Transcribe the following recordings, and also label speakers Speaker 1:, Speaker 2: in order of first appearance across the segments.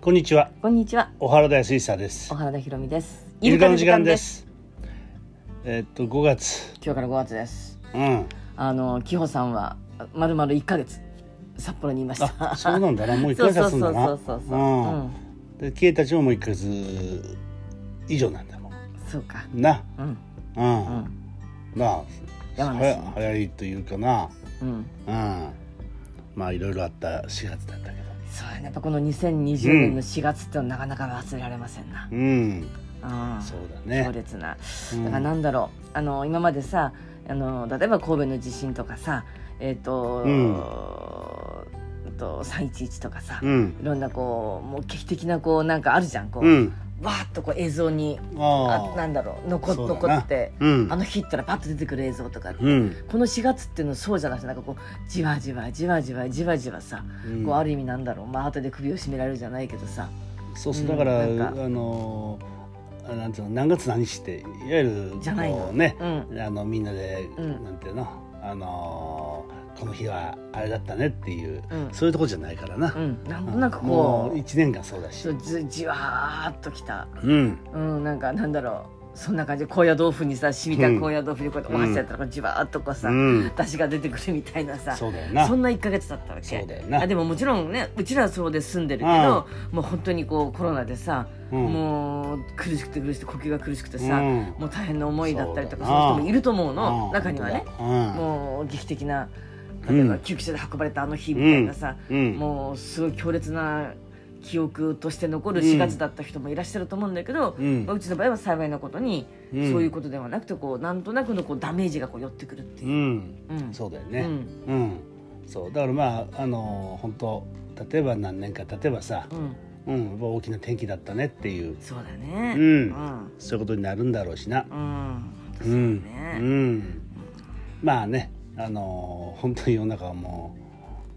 Speaker 1: こんにちは、
Speaker 2: こんにちは、
Speaker 1: 小原田康久です
Speaker 2: 小。原田ひろみです。
Speaker 1: イルカの時間で。す。えっと5月、
Speaker 2: 今日から5月です。
Speaker 1: うん、
Speaker 2: あの紀穂さんはまるまる1ヶ月札幌にいました。
Speaker 1: あ、そうなんだな、もう一
Speaker 2: そ
Speaker 1: ヶ
Speaker 2: うそ
Speaker 1: 月経つ
Speaker 2: うそう
Speaker 1: だ
Speaker 2: んそ
Speaker 1: な。
Speaker 2: うそうそう。うん、
Speaker 1: ん。で、キエたちももう一ヶ月以上なんだもん。
Speaker 2: そうか。
Speaker 1: な、
Speaker 2: うん
Speaker 1: う、
Speaker 2: うんん
Speaker 1: なあ、
Speaker 2: 山
Speaker 1: は
Speaker 2: 梨
Speaker 1: や流行りというかな、
Speaker 2: うん。
Speaker 1: うん。まあいろいろあった4月だったけど、
Speaker 2: そうやねやっぱこの2020年の4月ってのはなかなか忘れられませんな。
Speaker 1: うん、
Speaker 2: うん。
Speaker 1: そうだね。
Speaker 2: 強烈な。
Speaker 1: うん
Speaker 2: だからなんだろう、あの今までさあの例えば神戸の地震とかさえっ、と,、
Speaker 1: うん
Speaker 2: と311とかさ、
Speaker 1: う
Speaker 2: い
Speaker 1: ん、
Speaker 2: ろんなこうもう劇的なこうなんかあるじゃんこう、
Speaker 1: うん、
Speaker 2: わーっとこう映像にあ
Speaker 1: あ
Speaker 2: な
Speaker 1: あ、
Speaker 2: んだろう残
Speaker 1: そうだな
Speaker 2: 残って、
Speaker 1: うん
Speaker 2: あ、の日ったらパッと出てくる映像とか、
Speaker 1: うん、
Speaker 2: この4月っていうのそうじゃなくてなんかこうじわじわじわじわじわじわさ、
Speaker 1: うん
Speaker 2: こうある意味なんだろうまあ後で首を絞められるじゃないけどさ
Speaker 1: そうそううんだから、
Speaker 2: なんか
Speaker 1: あのーあなんていうの何月何日っていわゆる
Speaker 2: じゃないの
Speaker 1: こうね
Speaker 2: う、ん
Speaker 1: あのみんなで、
Speaker 2: うん
Speaker 1: なんていうのあのーこの日はあれだったねっていう、
Speaker 2: うん
Speaker 1: そういうとこじゃないからな
Speaker 2: う、んなんとなく
Speaker 1: も
Speaker 2: こう
Speaker 1: う一年間そうだし
Speaker 2: そうずじわーっときた
Speaker 1: うん
Speaker 2: うんなんかなんだろうそんな感じで高野豆腐にさ染みた
Speaker 1: うん
Speaker 2: 高野豆腐にこうやってお箸やったらこうじわーっとこうさ、
Speaker 1: うん
Speaker 2: 出汁が出てくるみたいなさ
Speaker 1: そうだよな
Speaker 2: そんな1か月だったわけ
Speaker 1: そうだよな
Speaker 2: あでももちろんねうちらはそうで住んでるけどもう本当にこうコロナでさ、
Speaker 1: うん
Speaker 2: もう苦しくて苦しくて呼吸が苦しくてさ、
Speaker 1: うん
Speaker 2: もう大変な思いだったりとか
Speaker 1: そ
Speaker 2: そう
Speaker 1: だな
Speaker 2: の人もいると思う
Speaker 1: う
Speaker 2: の
Speaker 1: ん
Speaker 2: 中にはね
Speaker 1: 本当だ
Speaker 2: もう劇的な
Speaker 1: うん
Speaker 2: 例えば救急車で運ばれたあの日みたいなさ、
Speaker 1: うんうん
Speaker 2: もうすごい強烈な記憶として残る
Speaker 1: うん
Speaker 2: 4月だった人もいらっしゃると思うんだけど、
Speaker 1: うん
Speaker 2: まあ、うちの場合は幸いなことに、
Speaker 1: うん
Speaker 2: そういうことではなくてこうなんとなくのこうダメージがこう寄ってくるって
Speaker 1: う
Speaker 2: いう。
Speaker 1: ん、
Speaker 2: うん
Speaker 1: そうだよねうん、そうだからまああのー本当例えば何年か例えばさ
Speaker 2: う、ん、
Speaker 1: うん、大きな転機だったねっていう
Speaker 2: そうだね。
Speaker 1: うん
Speaker 2: うん。
Speaker 1: そういうことになるんだろうしな。
Speaker 2: うん。
Speaker 1: うん
Speaker 2: 本当そう
Speaker 1: う
Speaker 2: ね。
Speaker 1: ん、まあね、あのー本当に世の中はも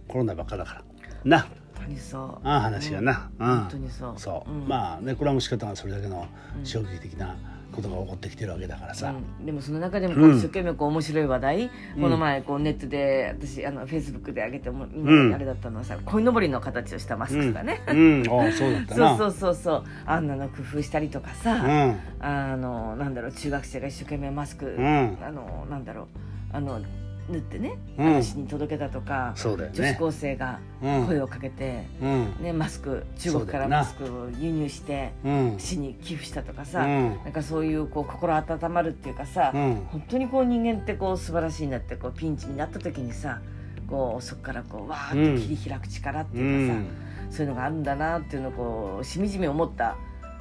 Speaker 1: うコロナばっかだからな
Speaker 2: 本当にそう。
Speaker 1: ああ話がな、うん
Speaker 2: 本当にそう。
Speaker 1: そう、
Speaker 2: ん
Speaker 1: まあねこれはもう仕方がそれだけの
Speaker 2: うん
Speaker 1: 衝撃的なことが起こってきてるわけだからさ、
Speaker 2: うん、でもその中でもこ
Speaker 1: う
Speaker 2: うん一生懸命こう面白い話題、
Speaker 1: うん
Speaker 2: この前こうネットで私あのフェイスブックで上げてもみんな
Speaker 1: うん
Speaker 2: にあれだったのはさ、鯉のぼりの形をしたマス
Speaker 1: うん
Speaker 2: クがね、
Speaker 1: うん、ああそうだった
Speaker 2: そ
Speaker 1: な
Speaker 2: うそうそうそうあんなの工夫したりとかさ、
Speaker 1: ん
Speaker 2: あのなんだろう中学生が一生懸命マスク、
Speaker 1: うん
Speaker 2: あのなんだろうあの縫ってね
Speaker 1: うん
Speaker 2: 私に届けたとか、
Speaker 1: そうだよ
Speaker 2: 女子
Speaker 1: ね
Speaker 2: 高生が
Speaker 1: うん
Speaker 2: 声をかけて、
Speaker 1: うん
Speaker 2: ね、マスク中国から
Speaker 1: そうだよな
Speaker 2: マスクを輸入して
Speaker 1: うん
Speaker 2: 市に寄付したとか
Speaker 1: う
Speaker 2: さ、
Speaker 1: ん
Speaker 2: なんかそういうこう心温まるっていうかさ、
Speaker 1: うん
Speaker 2: 本当にこう人間ってこう素晴らしいなってこうピンチになった時にさこうそこからこうわーっと切り開く力って
Speaker 1: う
Speaker 2: いうかさ、
Speaker 1: ん
Speaker 2: そういうのがあるんだなっていうのをこうしみじみ思った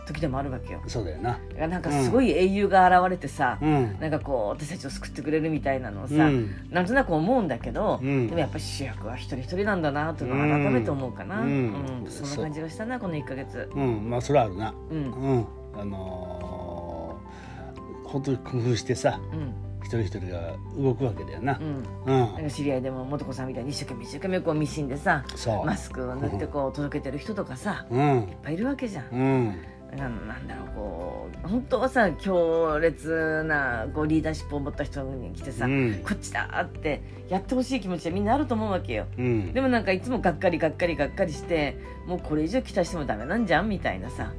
Speaker 2: 時でもあるわけよ。
Speaker 1: そうだよな
Speaker 2: だからなんかすごい英雄が現れてさ、
Speaker 1: うん
Speaker 2: なんかこう私たちを救ってくれるみたいなのをさ、
Speaker 1: うん
Speaker 2: なんとなく思うんだけど、
Speaker 1: うん
Speaker 2: でもやっぱり主役は一人一人なんだなというのを改めて思うかな、
Speaker 1: う
Speaker 2: うんん
Speaker 1: うん
Speaker 2: そんな感じがしたなこの1か月。
Speaker 1: うんまあそれはあるな
Speaker 2: うん
Speaker 1: うんあのー本当に工夫してさ
Speaker 2: うん
Speaker 1: 一人一人が動くわけだよな
Speaker 2: う。ん
Speaker 1: うん
Speaker 2: なんか知り合いでも素子さんみたいに一生懸命一生懸命こうミシンでさ
Speaker 1: そう。
Speaker 2: マスクを塗ってこう届けてる人とかさ
Speaker 1: うん
Speaker 2: いっぱいいるわけじゃん
Speaker 1: う。ん
Speaker 2: ななんだろうこう本当はさ強烈なこうリーダーシップを持った人に来てさ、
Speaker 1: うん
Speaker 2: こっちだってやってほしい気持ちはみんなあると思うわけよ
Speaker 1: うん
Speaker 2: でもなんかいつもがっかりがっかりがっかりしてもうこれ以上期待してもダメなんじゃんみたいなさ、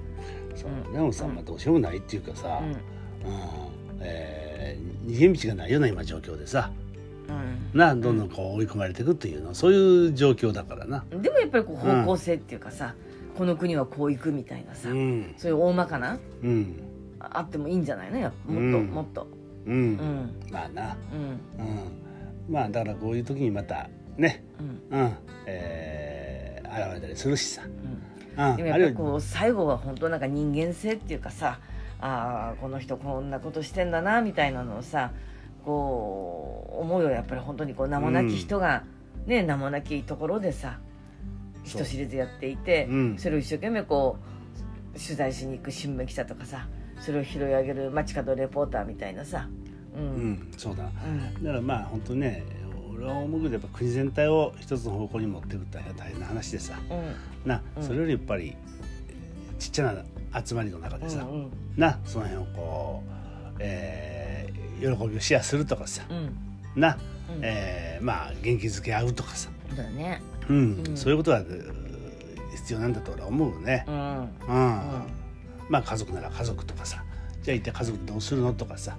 Speaker 1: そう
Speaker 2: うん
Speaker 1: でもさ、
Speaker 2: うん
Speaker 1: まあ、どうしようもないっていうかさ、
Speaker 2: う
Speaker 1: うんんえー逃げ道がないような今状況でさ
Speaker 2: う
Speaker 1: などんどんこう追い込まれていくっていうのそういう状況だからな。
Speaker 2: ん、でもやっぱりこう方向性っていうかさ、この国はこう行くみたいな
Speaker 1: う
Speaker 2: さ、
Speaker 1: ん
Speaker 2: そういう大まかな
Speaker 1: うん
Speaker 2: ああってもいいんじゃないのやっぱもっと、
Speaker 1: うん
Speaker 2: もっと
Speaker 1: うん、
Speaker 2: うん
Speaker 1: まあな、
Speaker 2: うん
Speaker 1: うん、まあだからこういう時にまたね、
Speaker 2: うん
Speaker 1: うんえー現れたりするしさ、
Speaker 2: うん
Speaker 1: うん、あ
Speaker 2: でもやっぱ
Speaker 1: るい
Speaker 2: りこう最後は本当なんか人間性っていうかさあーこの人こんなことしてんだなみたいなのをさこう思うよやっぱり本当にこう名もなき人が、ね名もなきところでさ
Speaker 1: そう
Speaker 2: 人知れずやっていてそ,、
Speaker 1: うん
Speaker 2: れを一生懸命こう取材しに行く新聞記者とかさそれを拾い上げる街角レポーターみたいなさう
Speaker 1: うんん、そうだ
Speaker 2: うん
Speaker 1: だからまあ本当ね俺は思うけどやっぱ国全体を一つの方向に持っていくって大変な話でさ
Speaker 2: うん
Speaker 1: な、
Speaker 2: うん
Speaker 1: それよりやっぱりちっちゃな集まりの中
Speaker 2: う
Speaker 1: で
Speaker 2: ん
Speaker 1: さ、
Speaker 2: うん
Speaker 1: なその辺をこう、えー喜びをシェアするとかさ
Speaker 2: うん
Speaker 1: な、
Speaker 2: うん
Speaker 1: えーまあ元気づけ合うとかさ、
Speaker 2: そうだね
Speaker 1: うん
Speaker 2: うん
Speaker 1: そういうことはう必要なんだと俺は思うよね
Speaker 2: う、んうん
Speaker 1: うんまあ家族なら家族とかさじゃあ一体家族どうするのとかさ、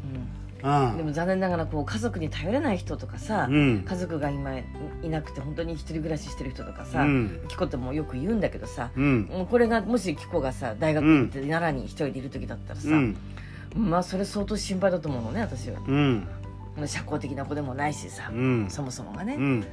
Speaker 1: う
Speaker 2: で
Speaker 1: ん
Speaker 2: も残念ながらこう家族に頼れない人とかさ、
Speaker 1: うん
Speaker 2: 家族が今いなくて本当に一人暮らししてる人とか
Speaker 1: う
Speaker 2: さ、
Speaker 1: ん
Speaker 2: キコってもよく言うんだけどさ、
Speaker 1: うん
Speaker 2: もうこれがもしキコがさ大学行って奈良に一人でいる時だったらさ、
Speaker 1: うん
Speaker 2: まあそれ相当心配だと思うのね私は
Speaker 1: うん
Speaker 2: 社交的な子でもないしさ、
Speaker 1: うん
Speaker 2: そもそもがね、
Speaker 1: うん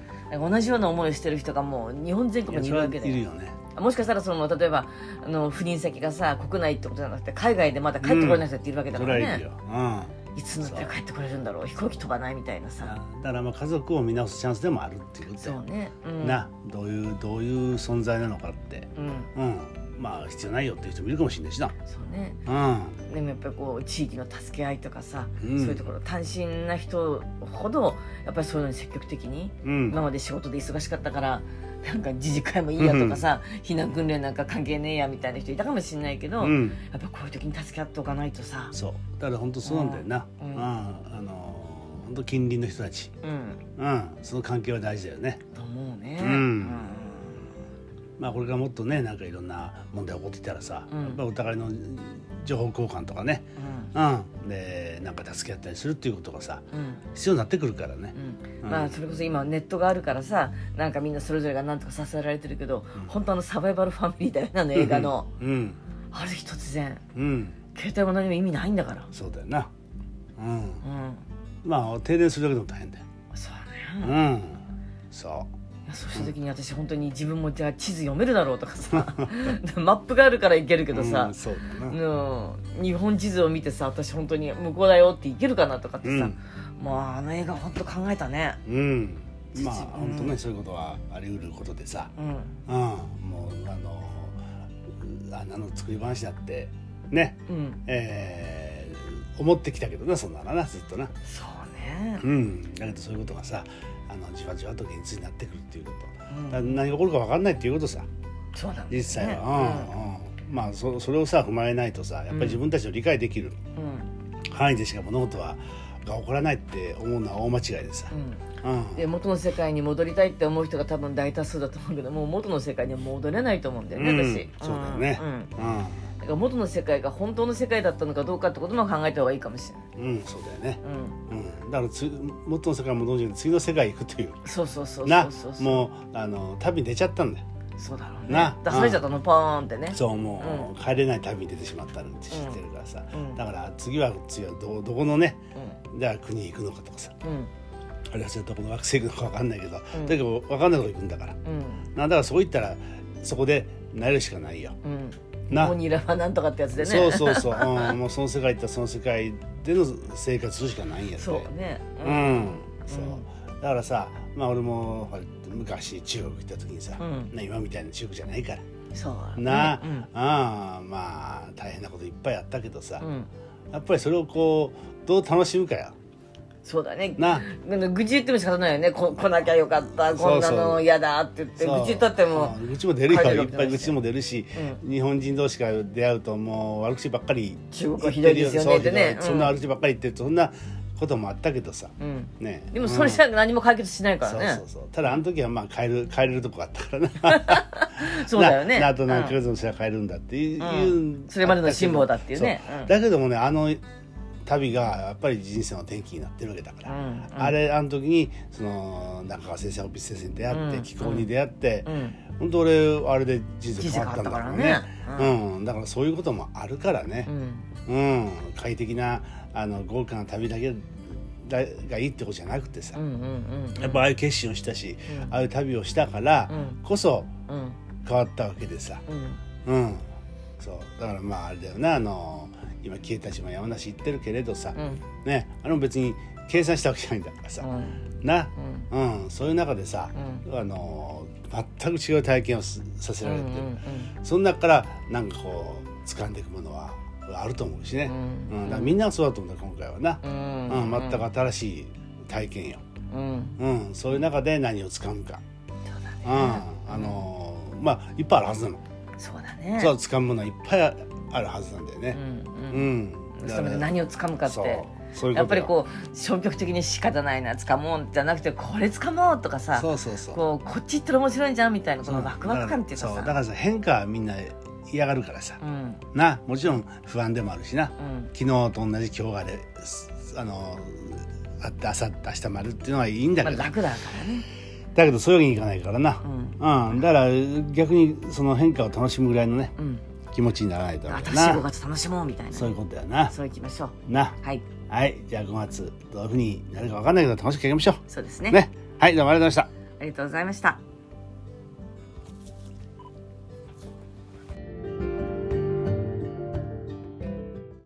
Speaker 2: 同じような思いをしてる人がもう日本全
Speaker 1: い
Speaker 2: 国
Speaker 1: や
Speaker 2: にい
Speaker 1: そ
Speaker 2: る
Speaker 1: れは
Speaker 2: わ
Speaker 1: い
Speaker 2: けだよ
Speaker 1: るよね
Speaker 2: もしかしたらその例えばあの赴任先がさ国内ってことじゃなくて海外でまだ帰ってこれない人っているわけだ
Speaker 1: そ
Speaker 2: か
Speaker 1: れは
Speaker 2: ら
Speaker 1: いるよ、、
Speaker 2: ね
Speaker 1: うん
Speaker 2: いつになったら帰ってこれるんだろう飛行機飛ばないみたいなさ
Speaker 1: だからまあ家族を見直すチャンスでもあるっていうことだ
Speaker 2: そ
Speaker 1: よ
Speaker 2: うね、うん、
Speaker 1: などういうどういう存在なのかって、
Speaker 2: うん
Speaker 1: うん、まあ必要ないよっていう人もいるかもしれないしな、
Speaker 2: そうね
Speaker 1: うん、
Speaker 2: でもやっぱりこう地域の助け合いとかさ、
Speaker 1: うん
Speaker 2: そういうところ単身な人ほどやっぱりそういうのに積極的に
Speaker 1: うん
Speaker 2: 今まで仕事で忙しかったからなんか自治会もいいやとかさ、避難訓練なんか関係ねえやみたいな人いたかもしれないけど、
Speaker 1: うん、
Speaker 2: やっぱこういう時に助け合っておかないとさ、
Speaker 1: そうだから本当そうなんだよな、
Speaker 2: うん
Speaker 1: うんあの本当近隣の人たち、
Speaker 2: うん、
Speaker 1: うん、その関係は大事だよね
Speaker 2: と思うね。
Speaker 1: うんまあこれからもっとねなんかいろんな問題起こってきたらさ、
Speaker 2: うん
Speaker 1: やっぱりお互いの情報交換とかね、
Speaker 2: うん
Speaker 1: うん、でなんか助け合ったりするっていうことがさ
Speaker 2: うん
Speaker 1: 必要になってくるからね
Speaker 2: う、ん
Speaker 1: うん
Speaker 2: まあそれこそ今ネットがあるからさなんかみんなそれぞれがなんとか支えられてるけど、本当あのサバイバルファミリーだよなあの映画の、
Speaker 1: うん
Speaker 2: ある日突然
Speaker 1: うん、
Speaker 2: 携帯も何も意味ないんだから
Speaker 1: そうだよな、うん、
Speaker 2: うん
Speaker 1: まあ停電するだけでも大変だよ
Speaker 2: そうだね、
Speaker 1: う
Speaker 2: い
Speaker 1: んそ
Speaker 2: やそうした時に私本当に自分もじゃあ地図読めるだろうとかさ マップがあるから行けるけ
Speaker 1: う
Speaker 2: ど
Speaker 1: う
Speaker 2: さ
Speaker 1: ん、そうだな
Speaker 2: うん日本地図を見てさ私本当に向こうだよって行けるかなとかってさ、
Speaker 1: うん
Speaker 2: もうあの映画本当考えたね
Speaker 1: うんまあ
Speaker 2: 実は
Speaker 1: 本当ねそういうことはあり得ることでさ、
Speaker 2: うん
Speaker 1: うん、もうあのうあんなの作り話だってね
Speaker 2: うん
Speaker 1: えー思ってきたけどなそんなのなずっとな
Speaker 2: そうね
Speaker 1: うんだけどそういうことがさあのじわじわと現実になってくるっていうこと、
Speaker 2: うん
Speaker 1: だから何が起こるか分かんないっていうことさ
Speaker 2: そうなんだ、ね、
Speaker 1: 実際は、うんうんまあそそれをさ踏まえないとさやっぱり自分たちの理解できる
Speaker 2: うんうん
Speaker 1: 範囲でしか物事はが起こらないって思うのは大間違いでさ、
Speaker 2: うん
Speaker 1: う
Speaker 2: で元の世界に戻りたいって思う人が多分大多数だと思うけどもう元の世界には戻れないと思うんだよね、
Speaker 1: うん
Speaker 2: 私
Speaker 1: そうだよね
Speaker 2: うん
Speaker 1: ん
Speaker 2: だから元の世界が本当の世界だったのかどうかってことも考えた方がいいかもしれない、
Speaker 1: うん、そうだよね、
Speaker 2: うん、
Speaker 1: うん、だからつ元の世界に戻るんじゃなくて次の世界へ行くという
Speaker 2: そうそうそうそ
Speaker 1: な
Speaker 2: うそう
Speaker 1: もうあの旅に出ちゃったんだよ
Speaker 2: そうだろうね
Speaker 1: な
Speaker 2: 出されちゃったのポーンってね
Speaker 1: そうもう、帰れない旅に出てしまったのって知ってるからさ、だから次は次はどどこのねじゃあ国に行くのかとかさ
Speaker 2: うんうん
Speaker 1: あれはそれとこの惑星行くのか分かんないけど、
Speaker 2: うん
Speaker 1: だけど分かんないとこ行くんだから
Speaker 2: うん
Speaker 1: なんだからそこ行ったらそこで慣れるしかないよ
Speaker 2: うん
Speaker 1: な
Speaker 2: モニラはなんとかってやつでね
Speaker 1: そうそうそう、 うん、もうその世界行ったらその世界での生活するしかないんやって
Speaker 2: そうね
Speaker 1: う
Speaker 2: うん
Speaker 1: ん、そうだからさまあ俺もほら昔中国行った時にさ、
Speaker 2: うん
Speaker 1: な今みたいな中国じゃないから
Speaker 2: そうだね
Speaker 1: な、
Speaker 2: う
Speaker 1: うん
Speaker 2: ん、
Speaker 1: あまあ大変なこといっぱいあったけどさ、
Speaker 2: うん
Speaker 1: やっぱりそれをこうどう楽しむかよ
Speaker 2: そうだね
Speaker 1: な
Speaker 2: あの愚痴言っても仕方ないよねこ来なきゃよかったこんな
Speaker 1: そうそう
Speaker 2: の嫌だって言って
Speaker 1: そう
Speaker 2: 愚痴言ったっても
Speaker 1: うん愚痴も出るよ
Speaker 2: 帰れる
Speaker 1: い
Speaker 2: わ
Speaker 1: っ
Speaker 2: け
Speaker 1: ぱ
Speaker 2: ないいし
Speaker 1: 愚痴も出るし、日本人同士が出会うともう悪口ばっかり
Speaker 2: 中国はひどいですよね
Speaker 1: 言ってる
Speaker 2: ってね
Speaker 1: そう
Speaker 2: うん
Speaker 1: そんな悪口ばっかり言ってるとそんなこともあったけどさ、
Speaker 2: うん
Speaker 1: ね
Speaker 2: でもそれじゃ何も解決しない
Speaker 1: うん
Speaker 2: か
Speaker 1: そう
Speaker 2: ら
Speaker 1: そ
Speaker 2: ね
Speaker 1: うそうただあの時はまあ帰る帰れるとこがあったからな
Speaker 2: そうだよね
Speaker 1: なあと何
Speaker 2: うん
Speaker 1: ヶ月のしたら帰るんだっていう、
Speaker 2: うん
Speaker 1: いう
Speaker 2: それまでの辛抱だっていうね
Speaker 1: そ
Speaker 2: うん
Speaker 1: だけどもねあの旅がやっぱり人生の転機になってるわけだから、
Speaker 2: うんうん
Speaker 1: あれあの時にその中川先生オピス先生に出会って、
Speaker 2: うん
Speaker 1: 気候に出会って、
Speaker 2: うん
Speaker 1: 本当俺あれで人生
Speaker 2: 人生
Speaker 1: 変わ
Speaker 2: 変わ
Speaker 1: っ
Speaker 2: ったた
Speaker 1: んだ
Speaker 2: か
Speaker 1: から
Speaker 2: ら
Speaker 1: ね
Speaker 2: ね
Speaker 1: うん、だからそういうこともあるからね
Speaker 2: う、ん
Speaker 1: うん快適なあの豪華な旅だけだがいいってことじゃなくてさ、
Speaker 2: うんうんうん
Speaker 1: やっぱああいう決心をしたし、
Speaker 2: うん
Speaker 1: ああいう旅をしたから
Speaker 2: うん
Speaker 1: こそ
Speaker 2: うん
Speaker 1: 変わったわけでさ、
Speaker 2: うん
Speaker 1: うん、そうだからまああれだよなあの今消えた島山梨行ってるけれどさ、
Speaker 2: うん
Speaker 1: ねあれも別に計算したわけじゃないんだからさ、
Speaker 2: うん
Speaker 1: な、
Speaker 2: うん
Speaker 1: うん、そういう中でさ、あの全く違う体験をすさせられてる、
Speaker 2: うん
Speaker 1: その中からなんかこう掴んでいくものはあると思うしね、う
Speaker 2: うんん
Speaker 1: だからみんながそうだと思うんだ今回はな、
Speaker 2: う
Speaker 1: うんん
Speaker 2: う
Speaker 1: 全
Speaker 2: ん
Speaker 1: く新しい体験よ、
Speaker 2: うん
Speaker 1: うん、そういう中で何を掴むか、
Speaker 2: そうだ
Speaker 1: うん
Speaker 2: ね
Speaker 1: あのーまあいっぱいあるはずなの、
Speaker 2: そうだね
Speaker 1: そう掴むものはいっぱいあるはずなんだよ
Speaker 2: う
Speaker 1: ね、
Speaker 2: ん
Speaker 1: う
Speaker 2: うん
Speaker 1: ん
Speaker 2: それで何をつかむかっ
Speaker 1: そう
Speaker 2: て
Speaker 1: そういうこと
Speaker 2: やっぱりこう消極的に仕方ないな掴もうじゃなくてこれ掴もうとかさ
Speaker 1: そうそうそう
Speaker 2: こうこっち行ったら面白いんじゃんみたいなこのワクワク感っていうか
Speaker 1: そうだ
Speaker 2: さ
Speaker 1: からさ変化はみんな嫌がるからさ、
Speaker 2: うん
Speaker 1: なもちろん不安でもあるしな
Speaker 2: うん
Speaker 1: 昨日と同じ今日があれすあのあってあさって明日もあるっていうのはいいんだ
Speaker 2: まあ
Speaker 1: けど、
Speaker 2: 楽だからね
Speaker 1: だけどそういうわけにいかないからな
Speaker 2: う、ん
Speaker 1: うんだから逆にその変化を楽しむぐらいのね
Speaker 2: うん
Speaker 1: 気持ちにならないとダメ
Speaker 2: 新しい
Speaker 1: だ
Speaker 2: 5
Speaker 1: な
Speaker 2: 月楽しもうみたいな
Speaker 1: そ
Speaker 2: そう
Speaker 1: いうことだよな
Speaker 2: ういきましょう
Speaker 1: な
Speaker 2: はい
Speaker 1: はいじゃあ5月どういうふうになるかわかんないけど楽しくやりましょ
Speaker 2: そうです
Speaker 1: う
Speaker 2: ね
Speaker 1: ねはいどうもありがとうございました
Speaker 2: ありがとうございました